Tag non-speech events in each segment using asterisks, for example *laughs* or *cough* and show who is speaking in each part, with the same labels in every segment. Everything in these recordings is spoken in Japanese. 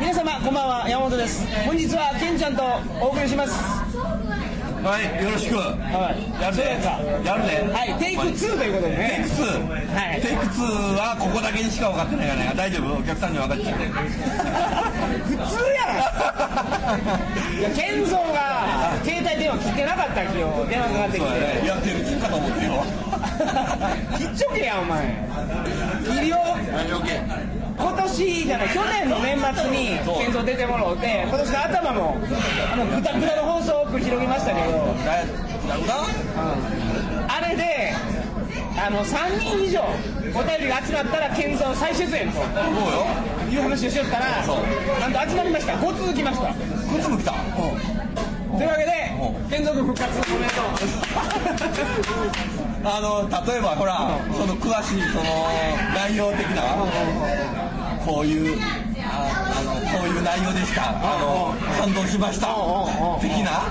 Speaker 1: 皆様こんばんは山本です本日はケンちゃんとお送りします
Speaker 2: はい、よろしく。
Speaker 1: はい
Speaker 2: やる
Speaker 1: そ
Speaker 2: ね
Speaker 1: うやんか。
Speaker 2: やるね。
Speaker 1: はいテイク2ということで
Speaker 2: テイク
Speaker 1: ね
Speaker 2: 2。
Speaker 1: はい
Speaker 2: テイク2はここだけにしか分かってないからね。大丈夫お客さんに分かっちゃってる。
Speaker 1: 普通やろ *laughs* いやケンゾーが携帯電話切ってなかったっけよ電話かかってき
Speaker 2: そう
Speaker 1: て
Speaker 2: やね。いや、手打ちかと思ってよ。
Speaker 1: 切っちょけやお前切りよ
Speaker 2: はい、オッケー。
Speaker 1: 今年じゃない去年の年末に健三出てもらうて今年の頭もあのグダグダの放送を繰り広げましたけど
Speaker 2: だなんだ
Speaker 1: あれであの3人以上お便りが集まったら健三再出演と
Speaker 2: 思うよ。
Speaker 1: いう話をしよったらなんと集まりました5続きました
Speaker 2: こっちも来た。
Speaker 1: というわけで健三君復活おめでと
Speaker 2: あの、例えばほら、その詳しいその内容的な、こういう、ああの、こういう内容でした。あの、感動しました。的な。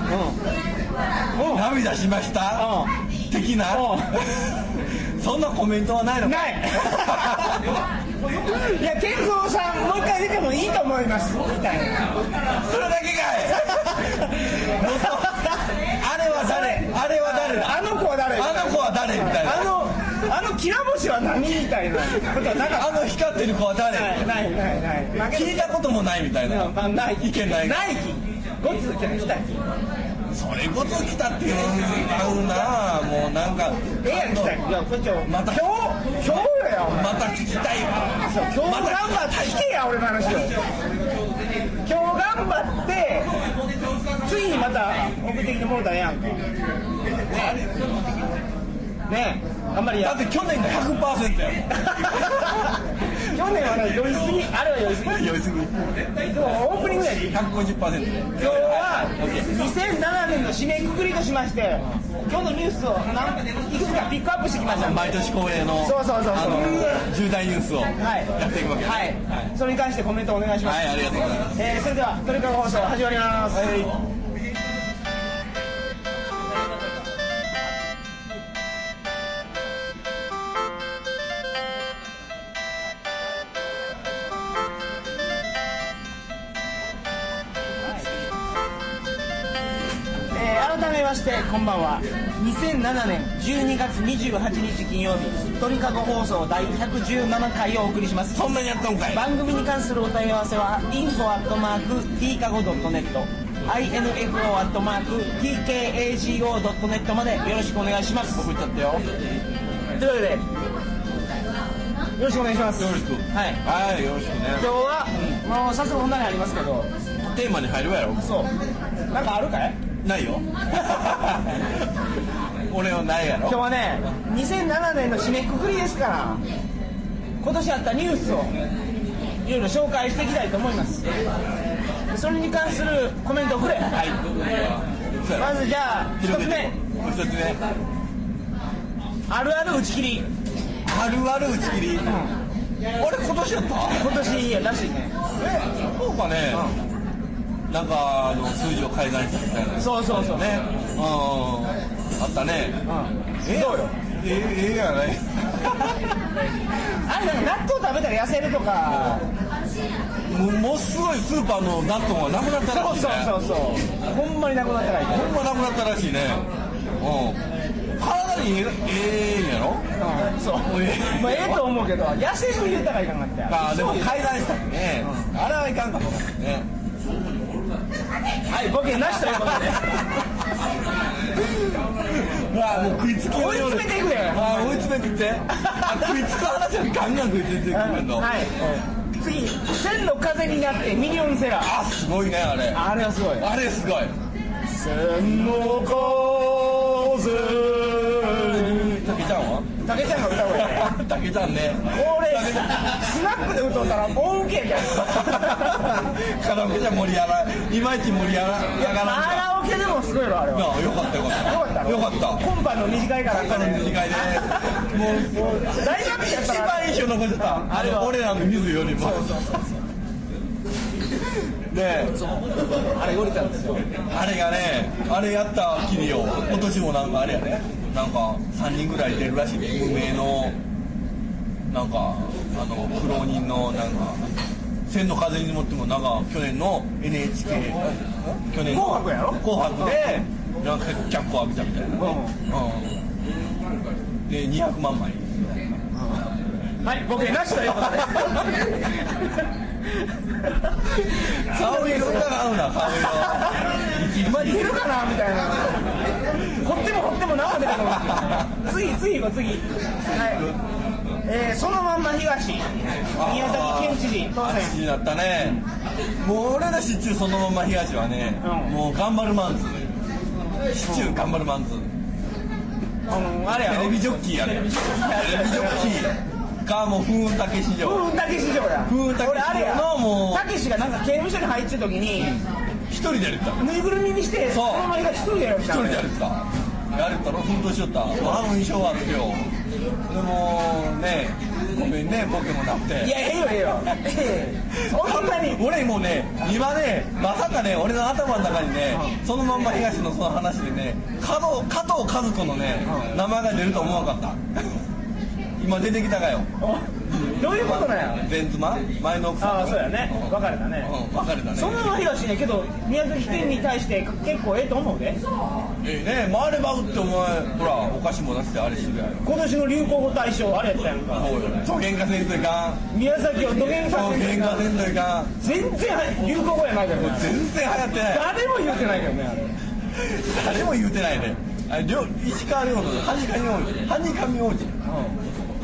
Speaker 1: ううん
Speaker 2: 涙しました
Speaker 1: う
Speaker 2: 的な
Speaker 1: う
Speaker 2: そんなコメントはないのか *laughs*
Speaker 1: ないいや健三さんもう一回出てもいいと思いますみたいな
Speaker 2: それだけかいあれは誰あれは誰だ
Speaker 1: あの子は誰
Speaker 2: あの子は誰みたいな
Speaker 1: あのあのきらぼしは何みたいなことはなかっ
Speaker 2: あの光ってる子は誰
Speaker 1: たないないないない負け
Speaker 2: 聞いたこともないみたいな
Speaker 1: まあない
Speaker 2: 意見ない
Speaker 1: ないきゴツじゃない来たき
Speaker 2: それこそ来たっていうの合うなもうなんか
Speaker 1: ええやん来たきいやこっちは
Speaker 2: また
Speaker 1: 今日今日やよお前
Speaker 2: また聞きたいわ
Speaker 1: そう今日頑張って聞けや俺の話を今日頑張って次にまた送ってきてもらったらええやんかねえあんまり
Speaker 2: だ
Speaker 1: や
Speaker 2: って去年が100%やもん
Speaker 1: 去年はね酔いすぎあれは酔いすぎ
Speaker 2: 酔いすぎ
Speaker 1: でもオープニングやで
Speaker 2: 150%
Speaker 1: 今日は2007年の締めくくりとしまして今日のニュースを何いくつかピックアップしてきましたんで
Speaker 2: 毎年恒例の
Speaker 1: そうそうそうそう
Speaker 2: あの重大ニュースを
Speaker 1: はい
Speaker 2: やっていくわけです
Speaker 1: はい、それに関してコメントお願いします、
Speaker 2: はいありがとうございます
Speaker 1: えーそれではトリカゴ放送始まります、えー改めましてこんばんは2007年12月28日金曜日トリカゴ放送第117回をお送りします
Speaker 2: そんなにやったんかい
Speaker 1: 番組に関するお問い合わせは info.tkago.net info.tkago.net までよろしくお願いします
Speaker 2: 僕行っちゃったよよ
Speaker 1: というわけでよろしくお願いします
Speaker 2: ろしく
Speaker 1: はい
Speaker 2: はいよろしくね
Speaker 1: 今日はもう早速本題にありますけど
Speaker 2: テーマに入るわよ
Speaker 1: そうなんかあるかい
Speaker 2: な
Speaker 1: *laughs*
Speaker 2: いよ俺はないや
Speaker 1: 今日
Speaker 2: ろ
Speaker 1: はね2007年の締めくくりですから今年あったニュースをいろいろ紹介していきたいと思いますそれに関するコメントをくれ
Speaker 2: はいそうや
Speaker 1: ま
Speaker 2: ろ
Speaker 1: ずじゃあ一
Speaker 2: 広
Speaker 1: つ
Speaker 2: げて
Speaker 1: 目
Speaker 2: いこう一つ目
Speaker 1: あるある打ち切り
Speaker 2: あるある打ち切りあれ今年やった
Speaker 1: 今年やらしいね
Speaker 2: えそうかねなんかあの数字を改ざんしたみたいなね
Speaker 1: そうそうそう
Speaker 2: うんあったね
Speaker 1: うんどうよ
Speaker 2: ええええやない
Speaker 1: あれなんか納豆食べたら痩せるとか
Speaker 2: もものすごいスーパーの納豆がなくなったらしい
Speaker 1: そ、う
Speaker 2: ね、
Speaker 1: そうそうそうほんまになくなったらいい
Speaker 2: ほんまなくなったらしいねうん体にええええんやろ
Speaker 1: うんそう
Speaker 2: もうええ
Speaker 1: まあええと思うけど痩せる言うたらいかんかったよ
Speaker 2: あでも改ざんしたりね、あれはいかんかもね
Speaker 1: はいボケなしということで
Speaker 2: あもう食いつきのように
Speaker 1: 追い詰めていくね
Speaker 2: あ追い詰めていって *laughs* あ食いつく話はガンガン食いついていくんの、
Speaker 1: はい次千の風になってミリオンセラー
Speaker 2: あすごいねあれ
Speaker 1: あれはすごい
Speaker 2: あれすごい
Speaker 1: 千の風
Speaker 2: たけちゃんは
Speaker 1: 竹ちゃんが歌うわ
Speaker 2: たけちゃんね
Speaker 1: これスナックで歌ったら大ウケや
Speaker 2: カラオケじゃ盛り上がらいまいち盛り上がらん
Speaker 1: カラオケでもすごいよあれはよ
Speaker 2: なあよかったよ
Speaker 1: か
Speaker 2: か
Speaker 1: っ
Speaker 2: ったた
Speaker 1: ろ
Speaker 2: よかった
Speaker 1: 今晩の短いから
Speaker 2: 他の二次会でもうもう
Speaker 1: 大学生やっ
Speaker 2: 一
Speaker 1: たら
Speaker 2: 番印象残ってた
Speaker 1: あ
Speaker 2: あ
Speaker 1: れ
Speaker 2: れ
Speaker 1: は
Speaker 2: 俺らの水よりもねえ
Speaker 1: あれ降りたんですよ
Speaker 2: あれがねあれやったきりよ今年もなんかあれやねなんか3人ぐらい出るらしいね無名のなんかあの苦労人のなんか天の風に乗ってもなんか去年の NHK 去年の
Speaker 1: 紅白やろ
Speaker 2: 紅白でなんか脚光浴びたみたいな、うんで200万枚
Speaker 1: はい、ボケなしということで。
Speaker 2: 顔色が合うな顔色
Speaker 1: まあ、いけるかなみたいな。掘っても掘っても中でも。次、次行こう、次。はい。えー、そのまんま東。宮崎県知事、当選。
Speaker 2: 嵐になったねもう俺らシチューそのまま東はね、
Speaker 1: うん
Speaker 2: もう頑張るマンズシチュー頑張るマンズ
Speaker 1: あの、あれやろ。
Speaker 2: テレビジョッキーやねテレビジョッキーかもう風雲竹市場
Speaker 1: 風雲竹市場や。
Speaker 2: 風雲竹市場の
Speaker 1: 俺あれや。
Speaker 2: もう
Speaker 1: たけしがなんか刑務所に入ってた時に、
Speaker 2: 一人でやるった
Speaker 1: ぬいぐるみにして、
Speaker 2: そう
Speaker 1: のまま東一人でやるみ
Speaker 2: 一
Speaker 1: たい
Speaker 2: 人
Speaker 1: な
Speaker 2: でやるったやるったろ奮闘しよったあの印象はあってよでもねごめんねボケもなくて
Speaker 1: いや、ええよ、ええよ。ええそんなに。
Speaker 2: 俺もうね今ねまさかね俺の頭の中にねそのまんま東のその話でね加藤加藤和子のね名前が出ると思わなかった *laughs* 今出てきたかよ
Speaker 1: おどういうことなんや。
Speaker 2: ベンズマ前の奥さん
Speaker 1: ああそうやね別れたね
Speaker 2: うん別れたね
Speaker 1: そんなの東ねけど宮崎県に対して結構ええと思うで
Speaker 2: ええね回ればうってお前ほらお菓子も出してあれしてるやろ
Speaker 1: 今年の流行語大賞あれやったやんか
Speaker 2: そうよね喧嘩せんといかん
Speaker 1: 宮崎をどげん
Speaker 2: そう
Speaker 1: させ
Speaker 2: 喧
Speaker 1: る
Speaker 2: 嘩せんといかん
Speaker 1: 全然流行語やないからね
Speaker 2: 全然流行ってない
Speaker 1: 誰も言ってないけどねあれ
Speaker 2: 誰も言うてないねあれりょう石川遼のはにかみ王子はにかみ王子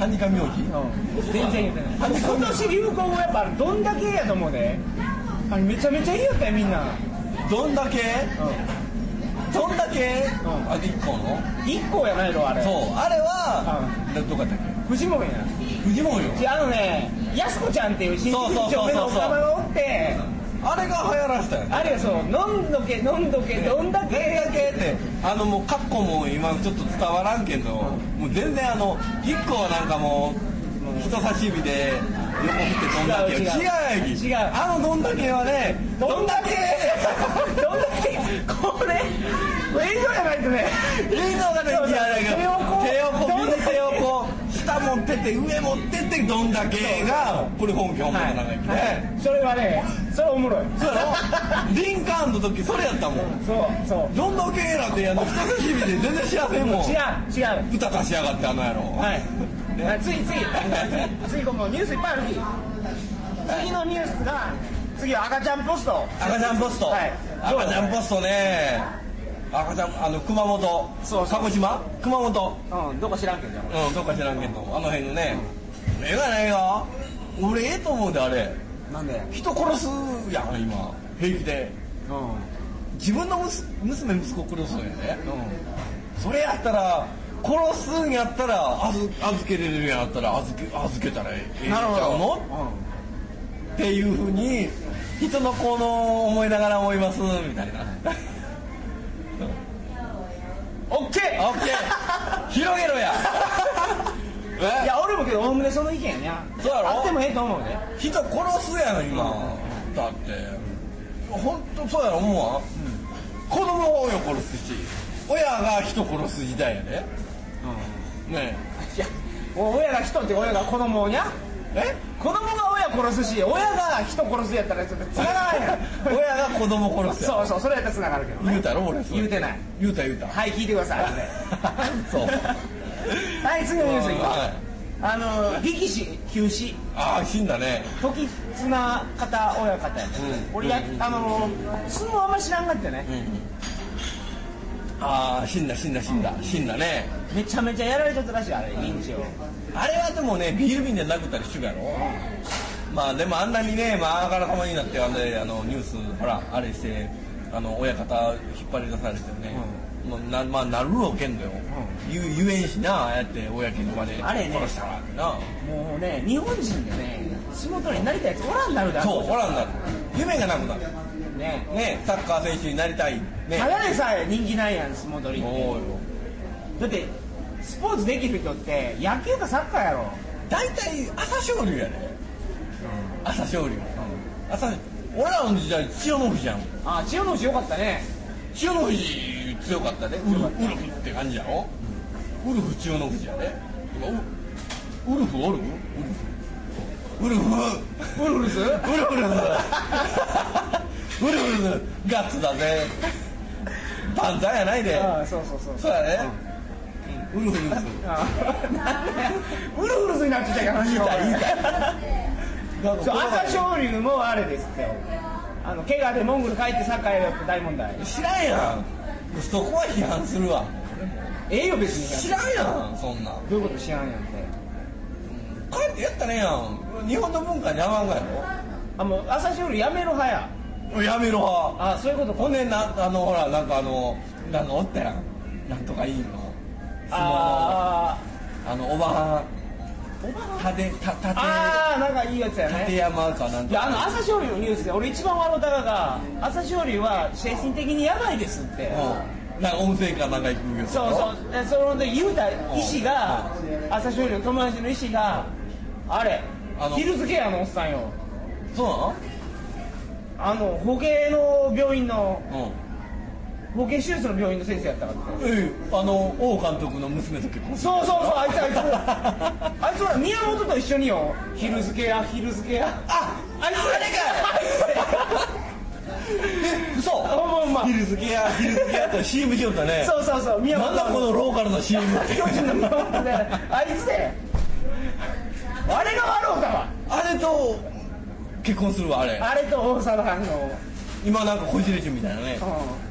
Speaker 2: はにかみ王子
Speaker 1: うん全然言ってない今年流行語やっぱあれどんだけやと思うであれめちゃめちゃいいやったよみんな
Speaker 2: どんだけどんだけ、
Speaker 1: ん
Speaker 2: あれ一個の
Speaker 1: 一個やないろあれ
Speaker 2: そうあれは、でどこやったっ
Speaker 1: フジモンや
Speaker 2: けフジモンよ
Speaker 1: いやあのねやすこちゃんっていう新人長目のおばがおって
Speaker 2: あれが流行らせたよね
Speaker 1: あれよそう飲んどけ飲んどけどんだ
Speaker 2: どん
Speaker 1: け
Speaker 2: だけってあのもうカッコも今ちょっと伝わらんけど、もう全然あの一個はなんかもう人差し指で横振ってどんだけ
Speaker 1: 違う違う
Speaker 2: 違うやき
Speaker 1: 違う
Speaker 2: あのどんだけはね
Speaker 1: どんだけどんだけこれ映像じゃないとね
Speaker 2: いいのができないけど手
Speaker 1: 手
Speaker 2: を
Speaker 1: を
Speaker 2: こ
Speaker 1: こう
Speaker 2: う右手をこう下持ってって上持ってってどんだけがこれ本家本家の長生きね
Speaker 1: それはねそれおもろい
Speaker 2: そうやろリンカーンの時それやったもん
Speaker 1: そうそう
Speaker 2: どんだけなんてやの人差し指で全然幸せんもん
Speaker 1: 違う違う
Speaker 2: 歌かしやがってあの野郎
Speaker 1: はい、はい、次次次このニュースいっぱいある次次のニュースが次は赤ちゃんポスト
Speaker 2: 赤ちゃんポスト、
Speaker 1: はい
Speaker 2: 赤ちゃんポストね赤ちゃんあの熊本
Speaker 1: そうそう
Speaker 2: 鹿児島熊本
Speaker 1: うんどこ知らんけど
Speaker 2: うんどっか知らんけどあの辺のね絵がないよ俺ええと思うであれ
Speaker 1: なんで
Speaker 2: 人殺すやん今平気で
Speaker 1: うん
Speaker 2: 自分のむす娘息子殺すんやね、それやったら殺すんやったら預預けれるんやったら預け預けたらええんち
Speaker 1: なるほ
Speaker 2: ゃうの
Speaker 1: ど、
Speaker 2: っていうふうに人の子の思いながら思いますみたいな
Speaker 1: うん、オッケー
Speaker 2: オッケー広げろや
Speaker 1: い
Speaker 2: え
Speaker 1: や俺もけどおおむねその意見やな
Speaker 2: そうやろ
Speaker 1: あってもええと思うね
Speaker 2: 人殺すやん今だって本当そうやろ思うわ、子供を親殺すし親が人殺す時代やで、ねえ
Speaker 1: いや親が人って親が子供をにゃ
Speaker 2: え
Speaker 1: 子供が親殺すし親が人殺すやったらちょっと繋がらんやん
Speaker 2: *laughs* 親が子供殺すやん
Speaker 1: そうそうそれやったら繋がるけど
Speaker 2: 言
Speaker 1: ね
Speaker 2: うたろ俺それ
Speaker 1: 言うてない
Speaker 2: 言うた言うた
Speaker 1: はい聞いてください後で
Speaker 2: *laughs* そう
Speaker 1: はい次のニュースいきましょう
Speaker 2: はい
Speaker 1: あの力士休止
Speaker 2: ああ死んだね
Speaker 1: 時綱方親方やね、
Speaker 2: うん
Speaker 1: 俺や、あの相撲あんまり知らんがってね、
Speaker 2: ああ死んだ死んだ死んだ死んだね
Speaker 1: めちゃめちゃやられちゃったらしいあれ認知を
Speaker 2: あれはでもねビール瓶で殴ったりしてるやろまあでもあんなにね、まあ、あからさまになってあんであのニュースほらあれしてあの親方引っ張り出されてね、もうなまあなるろうけんだよ、ゆゆえんしなああやって親家とかで
Speaker 1: あれね
Speaker 2: 殺したらな
Speaker 1: もうね日本人でね仕事になりたいやつおらんなるだろ
Speaker 2: そうほらなる夢がなくなる
Speaker 1: ね
Speaker 2: ねサッカー選手になりたいね
Speaker 1: ただでさえ人気ないやん相撲取りって
Speaker 2: そうよ
Speaker 1: だってスポーツできる人って野球かサッカーやろ
Speaker 2: 大体朝青龍やね、朝青龍、朝俺らの時代千代の富士やん
Speaker 1: ああ千代の富士よかったね
Speaker 2: 千代の富士強かったねウルフウルフって感じやろ、ウルフ千代の富士やね今ウウルフおるウルフウルフ
Speaker 1: ウルフルス
Speaker 2: ウル *laughs* フルフウルフルフガッツだ *laughs* ぜパンザーやないで
Speaker 1: ああそうそうそう
Speaker 2: そうやね、うん、ウルフルフ
Speaker 1: あーなんだよウルフルスになってきたから話
Speaker 2: いい
Speaker 1: が
Speaker 2: かいいかなんか
Speaker 1: そう朝青龍もあれですよあの怪我でモンゴル帰ってサッカーやるって大問題
Speaker 2: 知らんやんそこは批判するわ
Speaker 1: ええよ別に
Speaker 2: 知らんやんそんなん
Speaker 1: どういうこと知らんやんって
Speaker 2: 帰ってやったらええやん日本の文化に合わんがや
Speaker 1: あもう朝青龍やめろはや
Speaker 2: ろやめろは
Speaker 1: あそういうことか
Speaker 2: ほんでなあのほらなんかあのなんかおったやんなんとかいいのあ
Speaker 1: あ
Speaker 2: あのおばは
Speaker 1: ーおば
Speaker 2: ん
Speaker 1: はん
Speaker 2: たでたたて
Speaker 1: あーなんかいいやつや
Speaker 2: 立
Speaker 1: ね
Speaker 2: 山かなん
Speaker 1: い
Speaker 2: と
Speaker 1: や
Speaker 2: か
Speaker 1: あの朝青龍のニュースで俺一番笑うたがが朝青龍は精神的にやばいですって、
Speaker 2: うんなんか温泉かなんか行くけど
Speaker 1: そうそうえそので言うた医師が朝青龍の友達の医師があれ
Speaker 2: あの
Speaker 1: ヒルズケアのおっさんよ
Speaker 2: そう
Speaker 1: あの保健の病院の
Speaker 2: なの
Speaker 1: 保健手術の病院の先生やったからって
Speaker 2: うんええあの王監督の娘と結婚
Speaker 1: そうそうそうあいつ *laughs* あいつあいつほら宮本と一緒によヒルズケアヒルズケア
Speaker 2: ああいつあれか嘘
Speaker 1: ほんまほんま
Speaker 2: ヒルズケアヒルズケアと CM しよったね
Speaker 1: *laughs* そうそうそう宮
Speaker 2: な
Speaker 1: 本
Speaker 2: んだこのローカルの CM って
Speaker 1: 巨人の宮本で *laughs* あいつであれが笑うたわ
Speaker 2: *laughs* あれと結婚するわあれ
Speaker 1: あれと大沢の、
Speaker 2: 今なんかこじれちゅみたいなね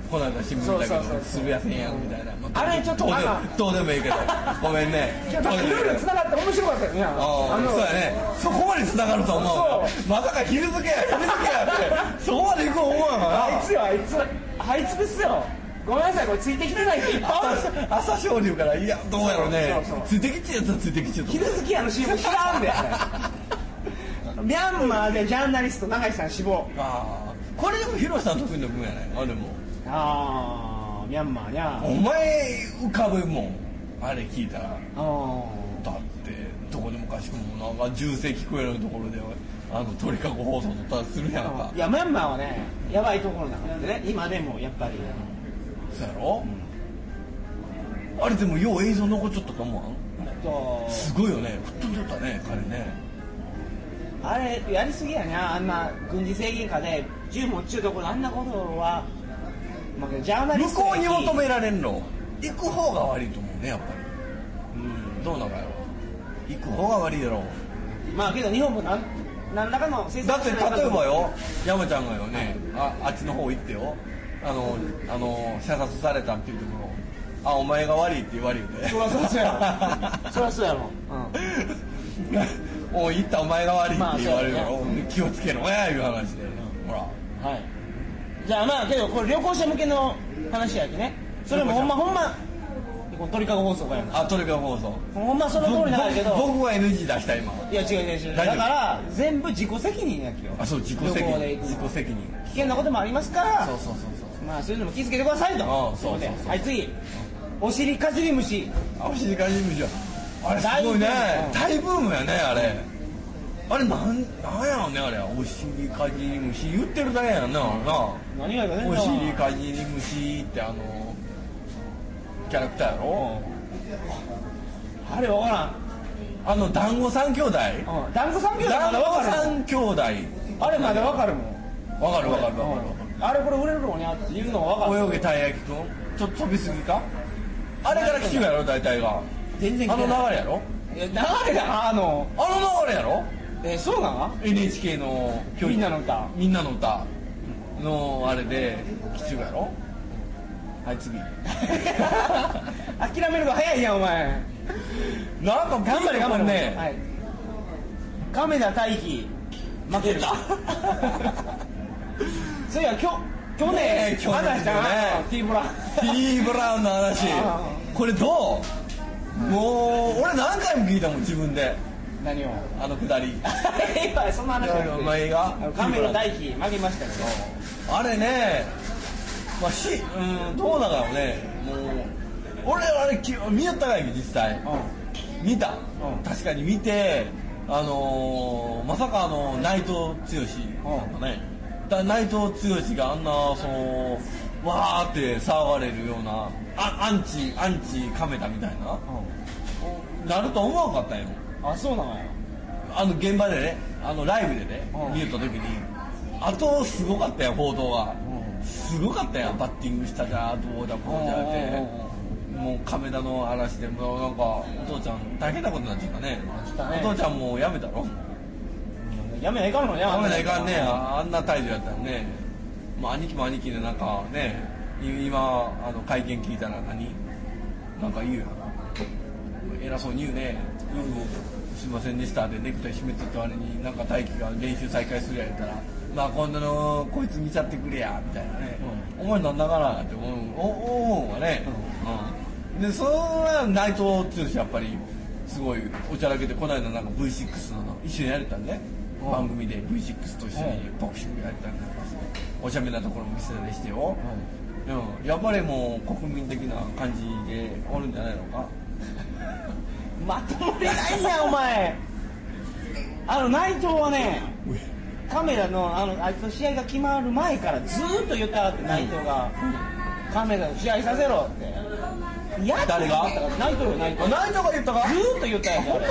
Speaker 2: この間新聞だけ
Speaker 1: そうそうそう
Speaker 2: ど
Speaker 1: そう
Speaker 2: つぶやせんやんみたいなま
Speaker 1: あれちょっと
Speaker 2: どう
Speaker 1: あ
Speaker 2: で
Speaker 1: かん
Speaker 2: どうでもいいけどごめんね
Speaker 1: い
Speaker 2: ど
Speaker 1: や
Speaker 2: う
Speaker 1: なんかい
Speaker 2: でもいい
Speaker 1: ろいろ
Speaker 2: け
Speaker 1: つ
Speaker 2: ど
Speaker 1: ながって面白かったよね
Speaker 2: ああそうやねそこまで繋がると思うよ
Speaker 1: そ
Speaker 2: まさか昼付けや昼付けやってそこまで行く思わんわ
Speaker 1: あいつよあいつあいつですよごめんなさいこれついてきてない人いっぱいおるんですよ
Speaker 2: な朝朝青龍からいやどうやろうね
Speaker 1: そうそう
Speaker 2: ついてきちゃったらついてきちゃった
Speaker 1: 昼好きやの CM 知ら
Speaker 2: *laughs*
Speaker 1: んでミャンマーでジャーナリスト永井さん死亡
Speaker 2: あーこれでもヒロシさん得意な分やねあでも
Speaker 1: ああミャンマーにゃ
Speaker 2: お前浮かぶもんあれ聞いたら
Speaker 1: あ
Speaker 2: だってどこでもかしくもなんか銃声聞こえるところであの鳥かご放送とったらするやんか
Speaker 1: いやミャンマーはねやばいところなんでね今でもやっぱり
Speaker 2: そうやろ、あれでもよう映像残っちゃったと思わん
Speaker 1: えっと
Speaker 2: すごいよね吹っ飛んでたね彼ね
Speaker 1: あれやりすぎやねあんな軍事制限下で銃持っちゅうところあんなことは、まあ、ジャーナリ
Speaker 2: 向
Speaker 1: ストや
Speaker 2: こう
Speaker 1: き
Speaker 2: に求められんの行く方が悪いと思うねやっぱりどうなのやろ行く方が悪いやろ
Speaker 1: まあけど日本もなん何らかの政
Speaker 2: だっ
Speaker 1: 策
Speaker 2: て例えばよ山ちゃんがよねああっちの方行ってよあのあの射殺されたっていうところあお前が悪いって言われるで
Speaker 1: そりゃそうそうや
Speaker 2: *laughs*
Speaker 1: ろそりゃそうやろ、
Speaker 2: おい行ったお前が悪い
Speaker 1: まあ
Speaker 2: って言われるやろ、
Speaker 1: そう
Speaker 2: 気をつけろやいう話で、ほら
Speaker 1: うん、はいじゃあまあけどこれ旅行者向けの話やきねそれもほんまほんまこの鳥かご放送がやな
Speaker 2: あトリカ放送
Speaker 1: ほんまその通りなんやけ
Speaker 2: 僕
Speaker 1: ど
Speaker 2: 僕は NG 出した今
Speaker 1: いや違う違う違う
Speaker 2: 大丈
Speaker 1: だ
Speaker 2: 夫
Speaker 1: から全部自己責任やきよ
Speaker 2: あそう自己責
Speaker 1: 旅行で
Speaker 2: 任
Speaker 1: 行く
Speaker 2: 自己責任
Speaker 1: 危険なこともありますから
Speaker 2: そうそうそうそう
Speaker 1: まあそういうのも気をつけてくださいと
Speaker 2: ああそうそうそう
Speaker 1: といことではい次お尻かじり虫
Speaker 2: 青シリカジムじゃあれすごいね大ブームやねあれあれなんなんやろねあれお尻かじり虫言ってるだけやんなあれな
Speaker 1: 何がやね
Speaker 2: お尻かじり虫ってあのキャラクターやろ
Speaker 1: あれわか
Speaker 2: あの団子三兄弟
Speaker 1: らんうん団子三兄弟ま
Speaker 2: 団
Speaker 1: だわ
Speaker 2: 子
Speaker 1: かるもん
Speaker 2: 三兄弟
Speaker 1: あれまだわかるもん
Speaker 2: わかるわかるわかる
Speaker 1: あれこれ売れるのにゃっていうのは分かる
Speaker 2: 泳げたい焼きくんちょっと飛びすぎかあれから聞くやろ大体が
Speaker 1: 全然
Speaker 2: あの
Speaker 1: 聞けない
Speaker 2: 流れやろ
Speaker 1: いや流れだなあの
Speaker 2: あの流れやろ
Speaker 1: えそうなの
Speaker 2: NHK の教育
Speaker 1: みんなの
Speaker 2: *laughs*
Speaker 1: 歌 *laughs*
Speaker 2: みんなの歌のあれで基中やろは
Speaker 1: *laughs*
Speaker 2: い次なん
Speaker 1: 諦めるの早いやんお前
Speaker 2: か
Speaker 1: 頑張れ頑張れ
Speaker 2: ね、
Speaker 1: はい、亀田大輝負けたそういやきょ去
Speaker 2: ね
Speaker 1: 年
Speaker 2: え去年
Speaker 1: 話したな
Speaker 2: ね
Speaker 1: ティーブラ
Speaker 2: ティーブラウンの話
Speaker 1: あ
Speaker 2: これどうもう俺何回も聞いたもん自分で
Speaker 1: 何を
Speaker 2: あのくだり
Speaker 1: 今そんな話じゃなくて
Speaker 2: お前が
Speaker 1: あの亀田大輝負けましたけど
Speaker 2: あれねまあしうんどうだろうねもう俺あれき見やったかい実際
Speaker 1: う
Speaker 2: 見た、
Speaker 1: うん
Speaker 2: 確かに見てあのーまさかあの内藤剛なんかね、だ内藤剛があんなそのわーって騒がれるようなあアンチアンチ亀田みたいななると思わんかったんよ
Speaker 1: ん、あそうなのよ
Speaker 2: あの現場でねあのライブでね
Speaker 1: うん
Speaker 2: 見えた時にあとすごかったよ報道がすごかったよバッティングしたじゃんどうだこうじゃってもう亀田の話でもうなんかお父ちゃん大変なことになっちゃったね
Speaker 1: たね
Speaker 2: お父ちゃんもうやめたろ
Speaker 1: やめないかんのね
Speaker 2: やめないかんねあんな態度やったらねもう兄貴も兄貴でなんかね今あの会見聞いたら何なんか言うよ偉そうに言うね「うんすいませんでした」でネクタイ締めとった割になんか大輝が練習再開するやったら「まあ今度のこいつ見ちゃってくれや」みたいなね「お前なんだから」って思うおおおはね、うんでそれは内藤剛やっぱりすごいおちゃらけてこの間なんか V6 の一緒にやれたんね
Speaker 1: うん
Speaker 2: 番組で V6 と一緒にボクシングやったりなんかしておしゃべりなところも見せたりしてよ、うん、やっぱりもう国民的な感じでおるんじゃないのか
Speaker 1: まともにないなお前あの内藤はねカメラのあのあいつの試合が決まる前からずーっと言ったって内藤が、カメラの試合させろって嫌だ
Speaker 2: 誰が
Speaker 1: 内藤よ内藤ず
Speaker 2: 内藤が言ったか
Speaker 1: ーっと言ったやつあれ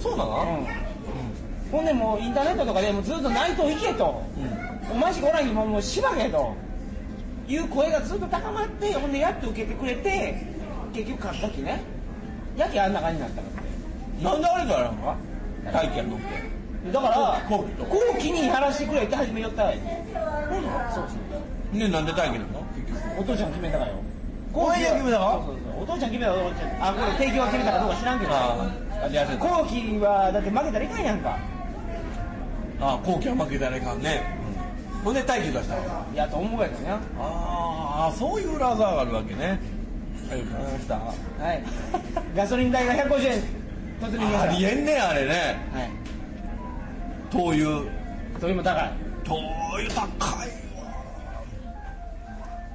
Speaker 2: そうなの
Speaker 1: うん、ほんでもうインターネットとかでもうずっと内藤行けと、お前しかおらんにももうしばけという声がずっと高まってほんでやっと受けてくれて結局勝ったきねやけあんな感じになったの
Speaker 2: なんであれじゃないのか大輝やんのって
Speaker 1: だから
Speaker 2: 後期と
Speaker 1: 後期にやらしてくれって初め言ったらいいそう
Speaker 2: ねなんで大輝やんの結局
Speaker 1: そうお父ちゃんが決めたからよ
Speaker 2: 公園が決めたか
Speaker 1: そうそうそうお父ちゃん決めたかお父ちゃんあこれ提供が決めたかどうか知らんけど
Speaker 2: ああやせ
Speaker 1: 後期はだって負けたらいかんやんか
Speaker 2: あ後期は負けたらいかんね、ほんで大輝出したのか
Speaker 1: いやと思うやけどね
Speaker 2: ああそういう裏技があるわけねはいわかりました
Speaker 1: はい *laughs* ガソリン代が150円突入しました
Speaker 2: ありえんねあれね
Speaker 1: はい
Speaker 2: 灯油
Speaker 1: というも高い
Speaker 2: 灯油高いわ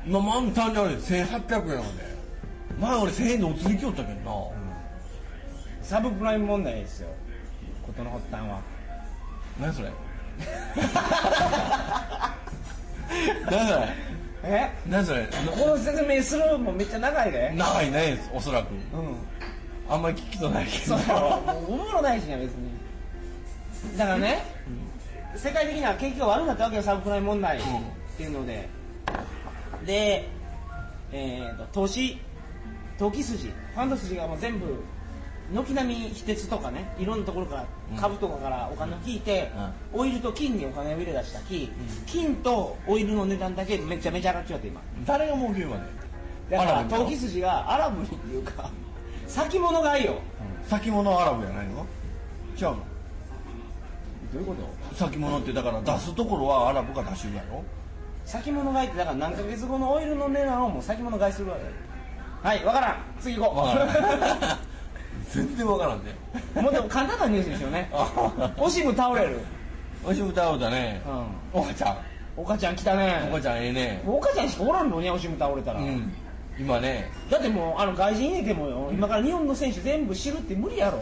Speaker 2: 今満タンであれ1800円なんで前俺1000円でお釣りきよったけどな、
Speaker 1: サブプライム問題ですよ事の発端は
Speaker 2: 何それ何それ
Speaker 1: え
Speaker 2: 何それ
Speaker 1: この説明するのもめっちゃ長いで
Speaker 2: なないないですおそらく
Speaker 1: うん
Speaker 2: あんまり聞きとないけ
Speaker 1: そう
Speaker 2: ど
Speaker 1: もうおもろないしね別にだからね、世界的には景気が悪かったわけよサブプライム問題っていうので、でえー、と投資投機筋ファンド筋がもう全部軒並み非鉄とかねいろんなところから
Speaker 2: うん
Speaker 1: 株とかからお金を引いて、オイルと金にお金を入れ出したき、金とオイルの値段だけめちゃめちゃ上がっちゃって今
Speaker 2: 誰が儲けるまで
Speaker 1: だか
Speaker 2: アラ
Speaker 1: ら
Speaker 2: ブに
Speaker 1: 投機筋がアラブにっていうか先物買いよ
Speaker 2: 先物アラブじゃないの違うの
Speaker 1: どういうこと
Speaker 2: 先物ってだから出すところはアラブが出してるやろ
Speaker 1: 先物買いってだから何ヶ月後のオイルの値段をもう先物買いするわけはい分からん次行こ
Speaker 2: わからん *laughs* 全然わからんね
Speaker 1: う *laughs* もっと簡単なニュースですよね
Speaker 2: あ
Speaker 1: オシム倒れる
Speaker 2: おしぶたうだね
Speaker 1: う
Speaker 2: おばちゃん
Speaker 1: ん岡ちゃん来た
Speaker 2: おば
Speaker 1: ね
Speaker 2: ちゃんええね
Speaker 1: 岡ちゃんしかおらんのねオシム倒れた
Speaker 2: う
Speaker 1: ら、
Speaker 2: ん今ね
Speaker 1: だってもうあの外人入れてもよ今から日本の選手全部知るって無理やろ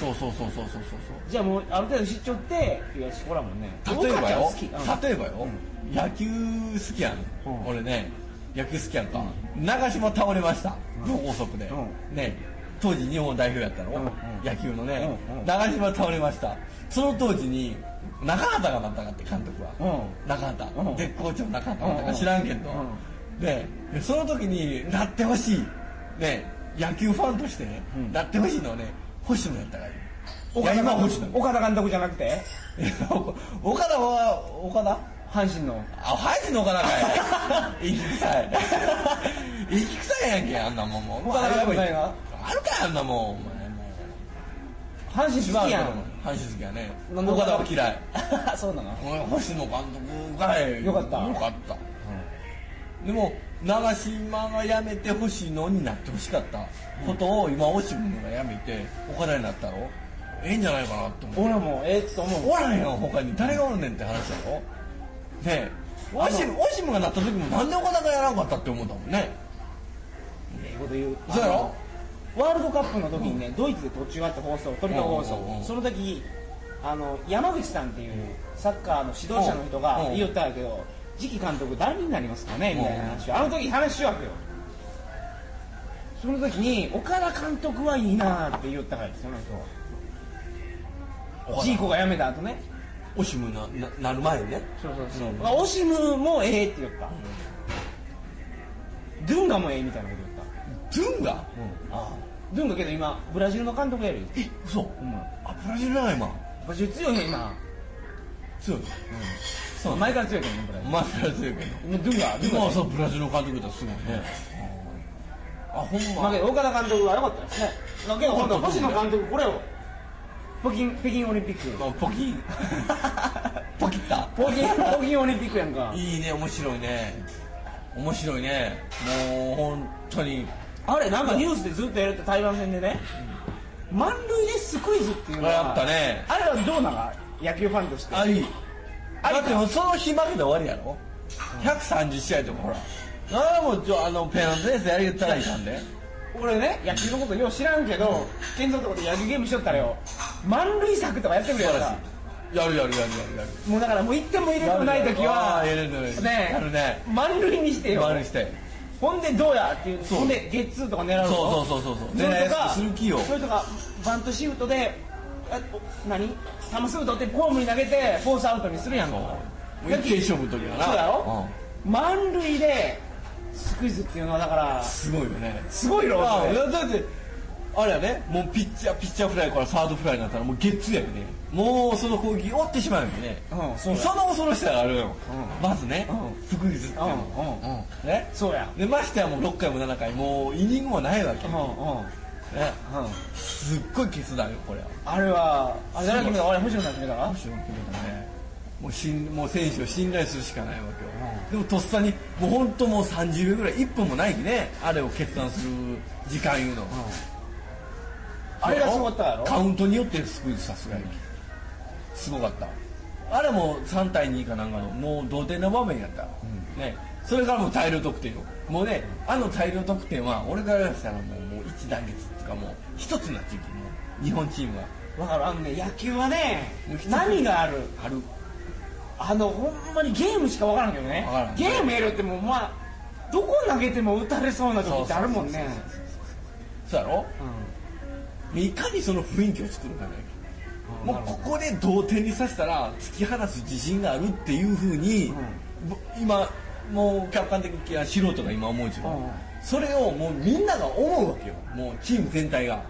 Speaker 2: そうそうそうそうそうそうそう
Speaker 1: じゃあもうある程度知っちゃってっていうやつおらんもんね
Speaker 2: 例えばよ
Speaker 1: 岡ちゃん好き、
Speaker 2: 例えばよ、野球好きやん、
Speaker 1: うん
Speaker 2: 俺ね野球好きやんか、長嶋倒れました脳梗塞で、
Speaker 1: う
Speaker 2: ね当時日本代表やったろ、
Speaker 1: うんうん
Speaker 2: 野球のね、
Speaker 1: うんうん
Speaker 2: 長嶋倒れましたその当時に中畑がなったかって監督は、
Speaker 1: う
Speaker 2: 中畑、
Speaker 1: うん
Speaker 2: 絶好調の中畑なん
Speaker 1: う
Speaker 2: か
Speaker 1: ん
Speaker 2: 知らんけど、でその時になってほしい、ね、野球ファンとしてね、
Speaker 1: うん
Speaker 2: なってほしいのはね星野やったからいいい
Speaker 1: 岡
Speaker 2: や
Speaker 1: 田
Speaker 2: 今は
Speaker 1: 監
Speaker 2: 星野
Speaker 1: 督岡田監督じゃなくて
Speaker 2: いや
Speaker 1: *laughs*
Speaker 2: お岡田は岡田
Speaker 1: 阪神の
Speaker 2: あハイジの岡田かい息臭い息臭いやんけあんなもんもう
Speaker 1: 岡田が
Speaker 2: あるか
Speaker 1: 岡田が
Speaker 2: あるかあんなもんお前も
Speaker 1: 阪神
Speaker 2: う
Speaker 1: 好きやん
Speaker 2: 阪神好きやね
Speaker 1: なんで
Speaker 2: 岡田は嫌い
Speaker 1: *laughs* そうなの
Speaker 2: お前星野監督がい
Speaker 1: よかった
Speaker 2: よかった、でも長嶋が辞めて星野になってほしかったことを今星野が辞めて岡田になったろええんじゃないかなって思う
Speaker 1: 俺もええと思う
Speaker 2: おらんよ他に誰がおるねんって話だろねえ
Speaker 1: あの
Speaker 2: オシムオシムがなった時もなんで岡田がやらんかったって思ったもんね
Speaker 1: ええこと言う
Speaker 2: そうやろ
Speaker 1: あのワールドカップの時にね、ドイツで途中あった放送トリカ放送、
Speaker 2: うんうんうん
Speaker 1: その時あの山口さんっていうサッカーの指導者の人
Speaker 2: うん
Speaker 1: が
Speaker 2: うん
Speaker 1: 言ったんやけど次期監督誰になりますかねみたいな話をあの時話しようわけよその時に岡田監督はいいなって言ったからその人ジーコが辞めた後ね
Speaker 2: オシムなななる前にね
Speaker 1: そうそう
Speaker 2: そう
Speaker 1: まあ、オシムもええって言った、ドゥンガもええみたいなこと言った
Speaker 2: ドゥンガ、あ
Speaker 1: ドゥンガけど今ブラジルの監督やるよ
Speaker 2: え嘘、
Speaker 1: うん
Speaker 2: あブラジルなの今
Speaker 1: ブラジル強いね今
Speaker 2: 強い、そう
Speaker 1: 前から強いけどねブラジ
Speaker 2: 前から強
Speaker 1: ル
Speaker 2: いけど
Speaker 1: もうドゥンガドゥンガ
Speaker 2: 今はそうブラジルの監督だすごいねあほん
Speaker 1: ま
Speaker 2: ま
Speaker 1: あけど岡田監督は良かったですねだけど今度星野監督これを北京北京オリンピック
Speaker 2: まあポキ *laughs* ポキった
Speaker 1: 北京 *laughs* 北京オリンピックやんか
Speaker 2: いいね面白いね面白いねもう本当に
Speaker 1: あれなんかニュースでずっとやるって台湾戦でね、満塁でスクイズっていうのが
Speaker 2: やったね
Speaker 1: あれはどうなの野球ファンとして
Speaker 2: あり
Speaker 1: あり
Speaker 2: だってもうその日負けで終わりやろ130試合とかほらああもうちょあのペナントレースやりたらいかんで
Speaker 1: 俺ね野球のことよう知らんけど健三とかで野球ゲームしとったらよ満塁策とかやってくれよさ
Speaker 2: やるやるやるやるやる
Speaker 1: もうだからもう1点も入れてもない時は
Speaker 2: あーやるね
Speaker 1: ね
Speaker 2: やるね
Speaker 1: 満塁にしてよ
Speaker 2: 悪いして
Speaker 1: ほんでどうやっていう
Speaker 2: そう
Speaker 1: ほんでゲッツーとか狙うの
Speaker 2: そうそうそうそう
Speaker 1: それとか
Speaker 2: 狙いやすくする気よ
Speaker 1: それとかバントシフトであお何球すぐ取ってホームに投げてフォースアウトにするやんか
Speaker 2: もう一点勝負の時はな
Speaker 1: そうだろ、満塁でスクイズっていうのはだから
Speaker 2: うんすごいよね
Speaker 1: すごいろそ
Speaker 2: ああ
Speaker 1: れ
Speaker 2: だってあれやねもうピッチャーピッチャーフライからサードフライになったらもうゲッツーやよねもうその攻撃追ってしまうよね、
Speaker 1: うんそうだ
Speaker 2: その恐ろしさがあるよ、
Speaker 1: う
Speaker 2: まずね、
Speaker 1: う
Speaker 2: スクイズっていう
Speaker 1: うん
Speaker 2: の、
Speaker 1: うんうん
Speaker 2: ね
Speaker 1: そうや
Speaker 2: でましてやもう6回も7回もうイニングもないわけ、
Speaker 1: うんうん
Speaker 2: ね
Speaker 1: うん
Speaker 2: すっごい決断よこれは
Speaker 1: あれはあれ誰が決めたあれ星野さん決めたか
Speaker 2: ねもうしんもう選手を信頼するしかないわけよ、でもとっさにもう本当もう30秒ぐらい1分もないきねあれを決断する時間いうの、
Speaker 1: あれがすごかったやろ
Speaker 2: カウントによってスクイズさすがにすごかったあれも3対2かなんかのもう同点の場面やった、ねそれからもう大量得点よもうねあの大量得点は俺からしたらもうもう一団結っていうかもう一つになっていくもう日本チームは
Speaker 1: わかるあのね野球はね
Speaker 2: もう一つ
Speaker 1: 何がある
Speaker 2: ある
Speaker 1: あのほんまにゲームしかわからんけどね
Speaker 2: わからん
Speaker 1: ゲームやるってもうまあどこ投げても打たれそうな時ってあるもんね
Speaker 2: そうやろ
Speaker 1: う
Speaker 2: いかにその雰囲気を作るかね
Speaker 1: ん
Speaker 2: もうここで同点にさせたら突き放す自信があるっていうふうに、ぼ今もう客観的に素人が今思うじゃん、
Speaker 1: うん
Speaker 2: それをもうみんなが思うわけよもうチーム全体が、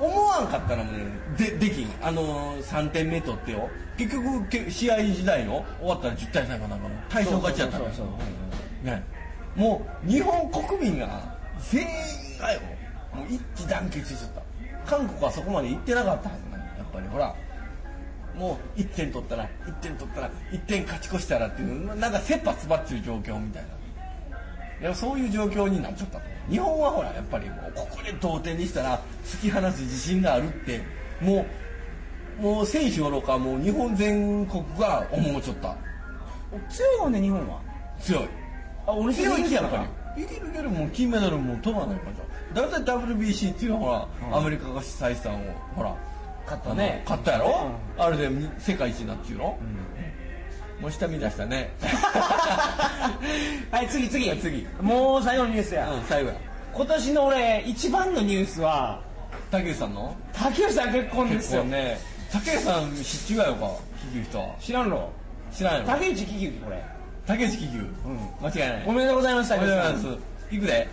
Speaker 1: うん
Speaker 2: 思わんかったらもうねでできんあのー、3点目取ってよ結局け試合時代よ終わったら10対3かなんかの大勝勝ちやったんだよ
Speaker 1: そうそうそう
Speaker 2: ね、もう日本国民が全員がよもう一致団結しちゃった韓国はそこまで行ってなかったはずなのやっぱりほらもう1点取ったら1点取ったら1点勝ち越したらっていうなんか切羽詰まってる状況みたいないやそういう状況になっちゃったと日本はほらやっぱりもうここで同点にしたら突き放す自信があるってもうもう選手おろかもう日本全国が思うちょった
Speaker 1: うん強いもんね日本は
Speaker 2: 強い
Speaker 1: あ俺
Speaker 2: 強い
Speaker 1: 強い
Speaker 2: 気やっ
Speaker 1: か
Speaker 2: ぱ
Speaker 1: ら
Speaker 2: りいけるけるもう金メダルも飛ばないからだいたい WBC っていうのはほら、アメリカが主催したのをほら
Speaker 1: 勝ったね
Speaker 2: 勝ったやろ、あれでみ世界一になっていうの、もう下見出したね
Speaker 1: *laughs* はい次次
Speaker 2: はい *laughs* 次
Speaker 1: もう最後のニュースや
Speaker 2: うん最後や
Speaker 1: 今年の俺一番のニュースは
Speaker 2: 竹内さんの
Speaker 1: 竹内さん結婚です
Speaker 2: 結
Speaker 1: よ
Speaker 2: 構ね竹内さん知っちゅうやろか聞く人は
Speaker 1: 知らんろ
Speaker 2: 知らんやろ
Speaker 1: 竹内喜劇これ
Speaker 2: 竹内聞く、間違いない
Speaker 1: おめでとうございました
Speaker 2: おめでとうございます行くで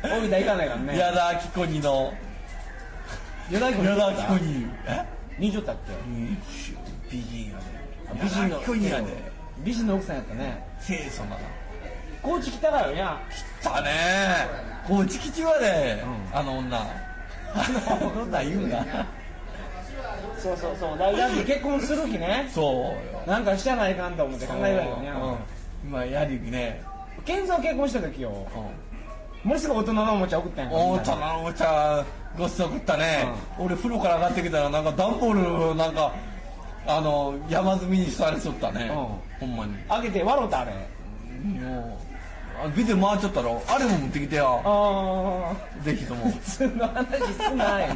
Speaker 1: *laughs* 大分行かないから *laughs* ね
Speaker 2: 矢田紀子にの
Speaker 1: 与田
Speaker 2: 矢田
Speaker 1: 君
Speaker 2: 紀子にえ
Speaker 1: 二女だっけ
Speaker 2: 美人やで
Speaker 1: 美人の
Speaker 2: 美人やで
Speaker 1: 美人の奥さんやったね
Speaker 2: 清楚な
Speaker 1: 高知来たからよや
Speaker 2: だね高知基地はね、あの女あの女言うな
Speaker 1: そうそうそうだだって結婚する気ね
Speaker 2: そうよ
Speaker 1: なんかしてないかんと思って考えられるよね
Speaker 2: うん今やりね、
Speaker 1: 健三結婚した時よ
Speaker 2: うん、
Speaker 1: もうすぐ大人のおもちゃ送ったんやから
Speaker 2: 大人のお茶ごちそう食ったね、俺風呂から上がってきたらなんか段ボールなんかあの山積みにされとったね、
Speaker 1: う
Speaker 2: ほんまに
Speaker 1: あげて笑うたあれ
Speaker 2: もうあビデオ回っちゃったろあれも持ってきてよ
Speaker 1: ああ
Speaker 2: ぜひとも
Speaker 1: 普通の話すなよ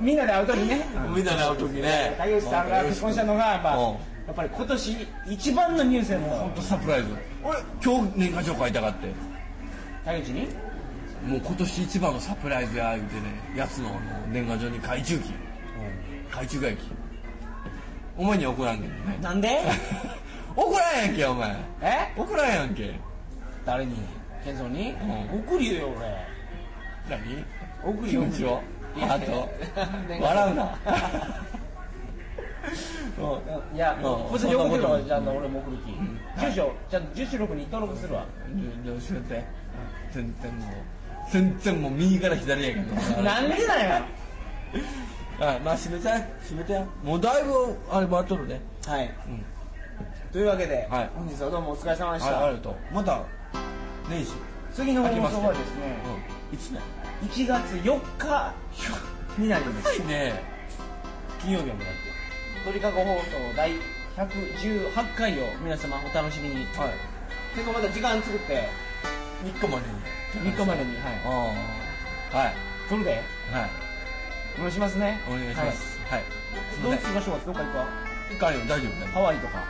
Speaker 1: みんなで会う時ね
Speaker 2: みんなで会う時ね
Speaker 1: 竹内さんが結婚したのがやっぱ
Speaker 2: うん
Speaker 1: やっぱり今年一番のニュースやも
Speaker 2: 本
Speaker 1: ん
Speaker 2: 当サプライズ俺今日年賀状書いたかって
Speaker 1: 竹内に
Speaker 2: もう今年一番のサプライズや言うてねやつのあの年賀状に懐中海中外気お前には怒らんけどね *laughs*
Speaker 1: なん *laughs* で
Speaker 2: 怒らんやんけお前
Speaker 1: え
Speaker 2: 怒らんやんけ
Speaker 1: 誰に健三に、
Speaker 2: うん
Speaker 1: 送るよ俺
Speaker 2: 何
Speaker 1: 送る
Speaker 2: 気
Speaker 1: よ
Speaker 2: 持ちを
Speaker 1: いや
Speaker 2: あ
Speaker 1: *laughs*
Speaker 2: と笑
Speaker 1: 笑
Speaker 2: うな *laughs* う
Speaker 1: い
Speaker 2: ん
Speaker 1: や、
Speaker 2: うん
Speaker 1: こっちに送ってる
Speaker 2: う
Speaker 1: わ、
Speaker 2: ん
Speaker 1: じゃあ、俺も送る気。住所、じゃあ、住所録に登録するわ。
Speaker 2: どうしようって全然もう全然もう右から左やけど
Speaker 1: なんでだよ。
Speaker 2: あまあ閉めたい閉めてやもうだいぶあれ回っとるね
Speaker 1: はい。
Speaker 2: うん
Speaker 1: というわけで、
Speaker 2: はい
Speaker 1: 本日はどうもお疲れ様でし
Speaker 2: ああ
Speaker 1: た
Speaker 2: りが。とうまた年始
Speaker 1: 次の放送はですね、
Speaker 2: うんいつね
Speaker 1: 1月4日になります。
Speaker 2: いね
Speaker 1: *laughs* 金曜日はもうだって。鳥かご放送第118回を皆様お楽しみに。
Speaker 2: はい
Speaker 1: 結構また時間作って、
Speaker 2: 3日までに
Speaker 1: 3日までに、は
Speaker 2: あ
Speaker 1: い。
Speaker 2: あはい
Speaker 1: 撮るで、
Speaker 2: はい
Speaker 1: お願いしますね。
Speaker 2: お願いしますはい
Speaker 1: はい。どう過ごしますどっか行くわ
Speaker 2: いかんよ大丈夫
Speaker 1: ハ
Speaker 2: 大丈夫
Speaker 1: ワイとか、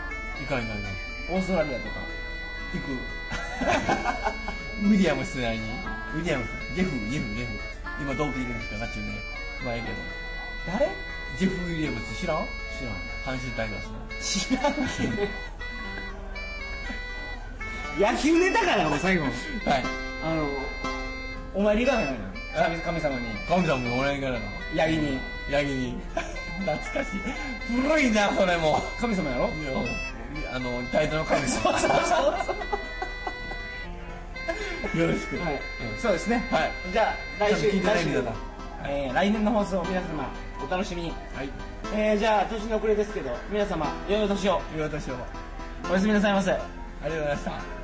Speaker 2: いかんいかんいかん
Speaker 1: オーストラリアとか。
Speaker 2: 行く *laughs* ウィリアムスないにウィリアムスジェフジェフジェフ今ドーピングに引っかかっちゅうねまあええけ
Speaker 1: 誰
Speaker 2: どジェフ・ウィリアムス知らん
Speaker 1: 知らん。
Speaker 2: 阪神タイガースの
Speaker 1: 知らんけど野球ネタからもう最後
Speaker 2: はい
Speaker 1: あのお前理科ないの神神様に
Speaker 2: 神様もおらんからな
Speaker 1: ヤギに
Speaker 2: ヤギに *laughs* 懐かしい古いなそれも
Speaker 1: 神様やろ
Speaker 2: あのタイトルの神
Speaker 1: そ
Speaker 2: 様
Speaker 1: うそうそう
Speaker 2: よろしく
Speaker 1: はい
Speaker 2: うん
Speaker 1: そうですね
Speaker 2: はい
Speaker 1: じゃあ来週
Speaker 2: 多分聞いてない
Speaker 1: 来週
Speaker 2: みたいな
Speaker 1: えー来年の放送を皆様お楽しみに
Speaker 2: はい
Speaker 1: えーじゃあ年の遅れですけど皆様良いお年を
Speaker 2: 岩田翔
Speaker 1: おやすみなさいませ
Speaker 2: ありがとうございました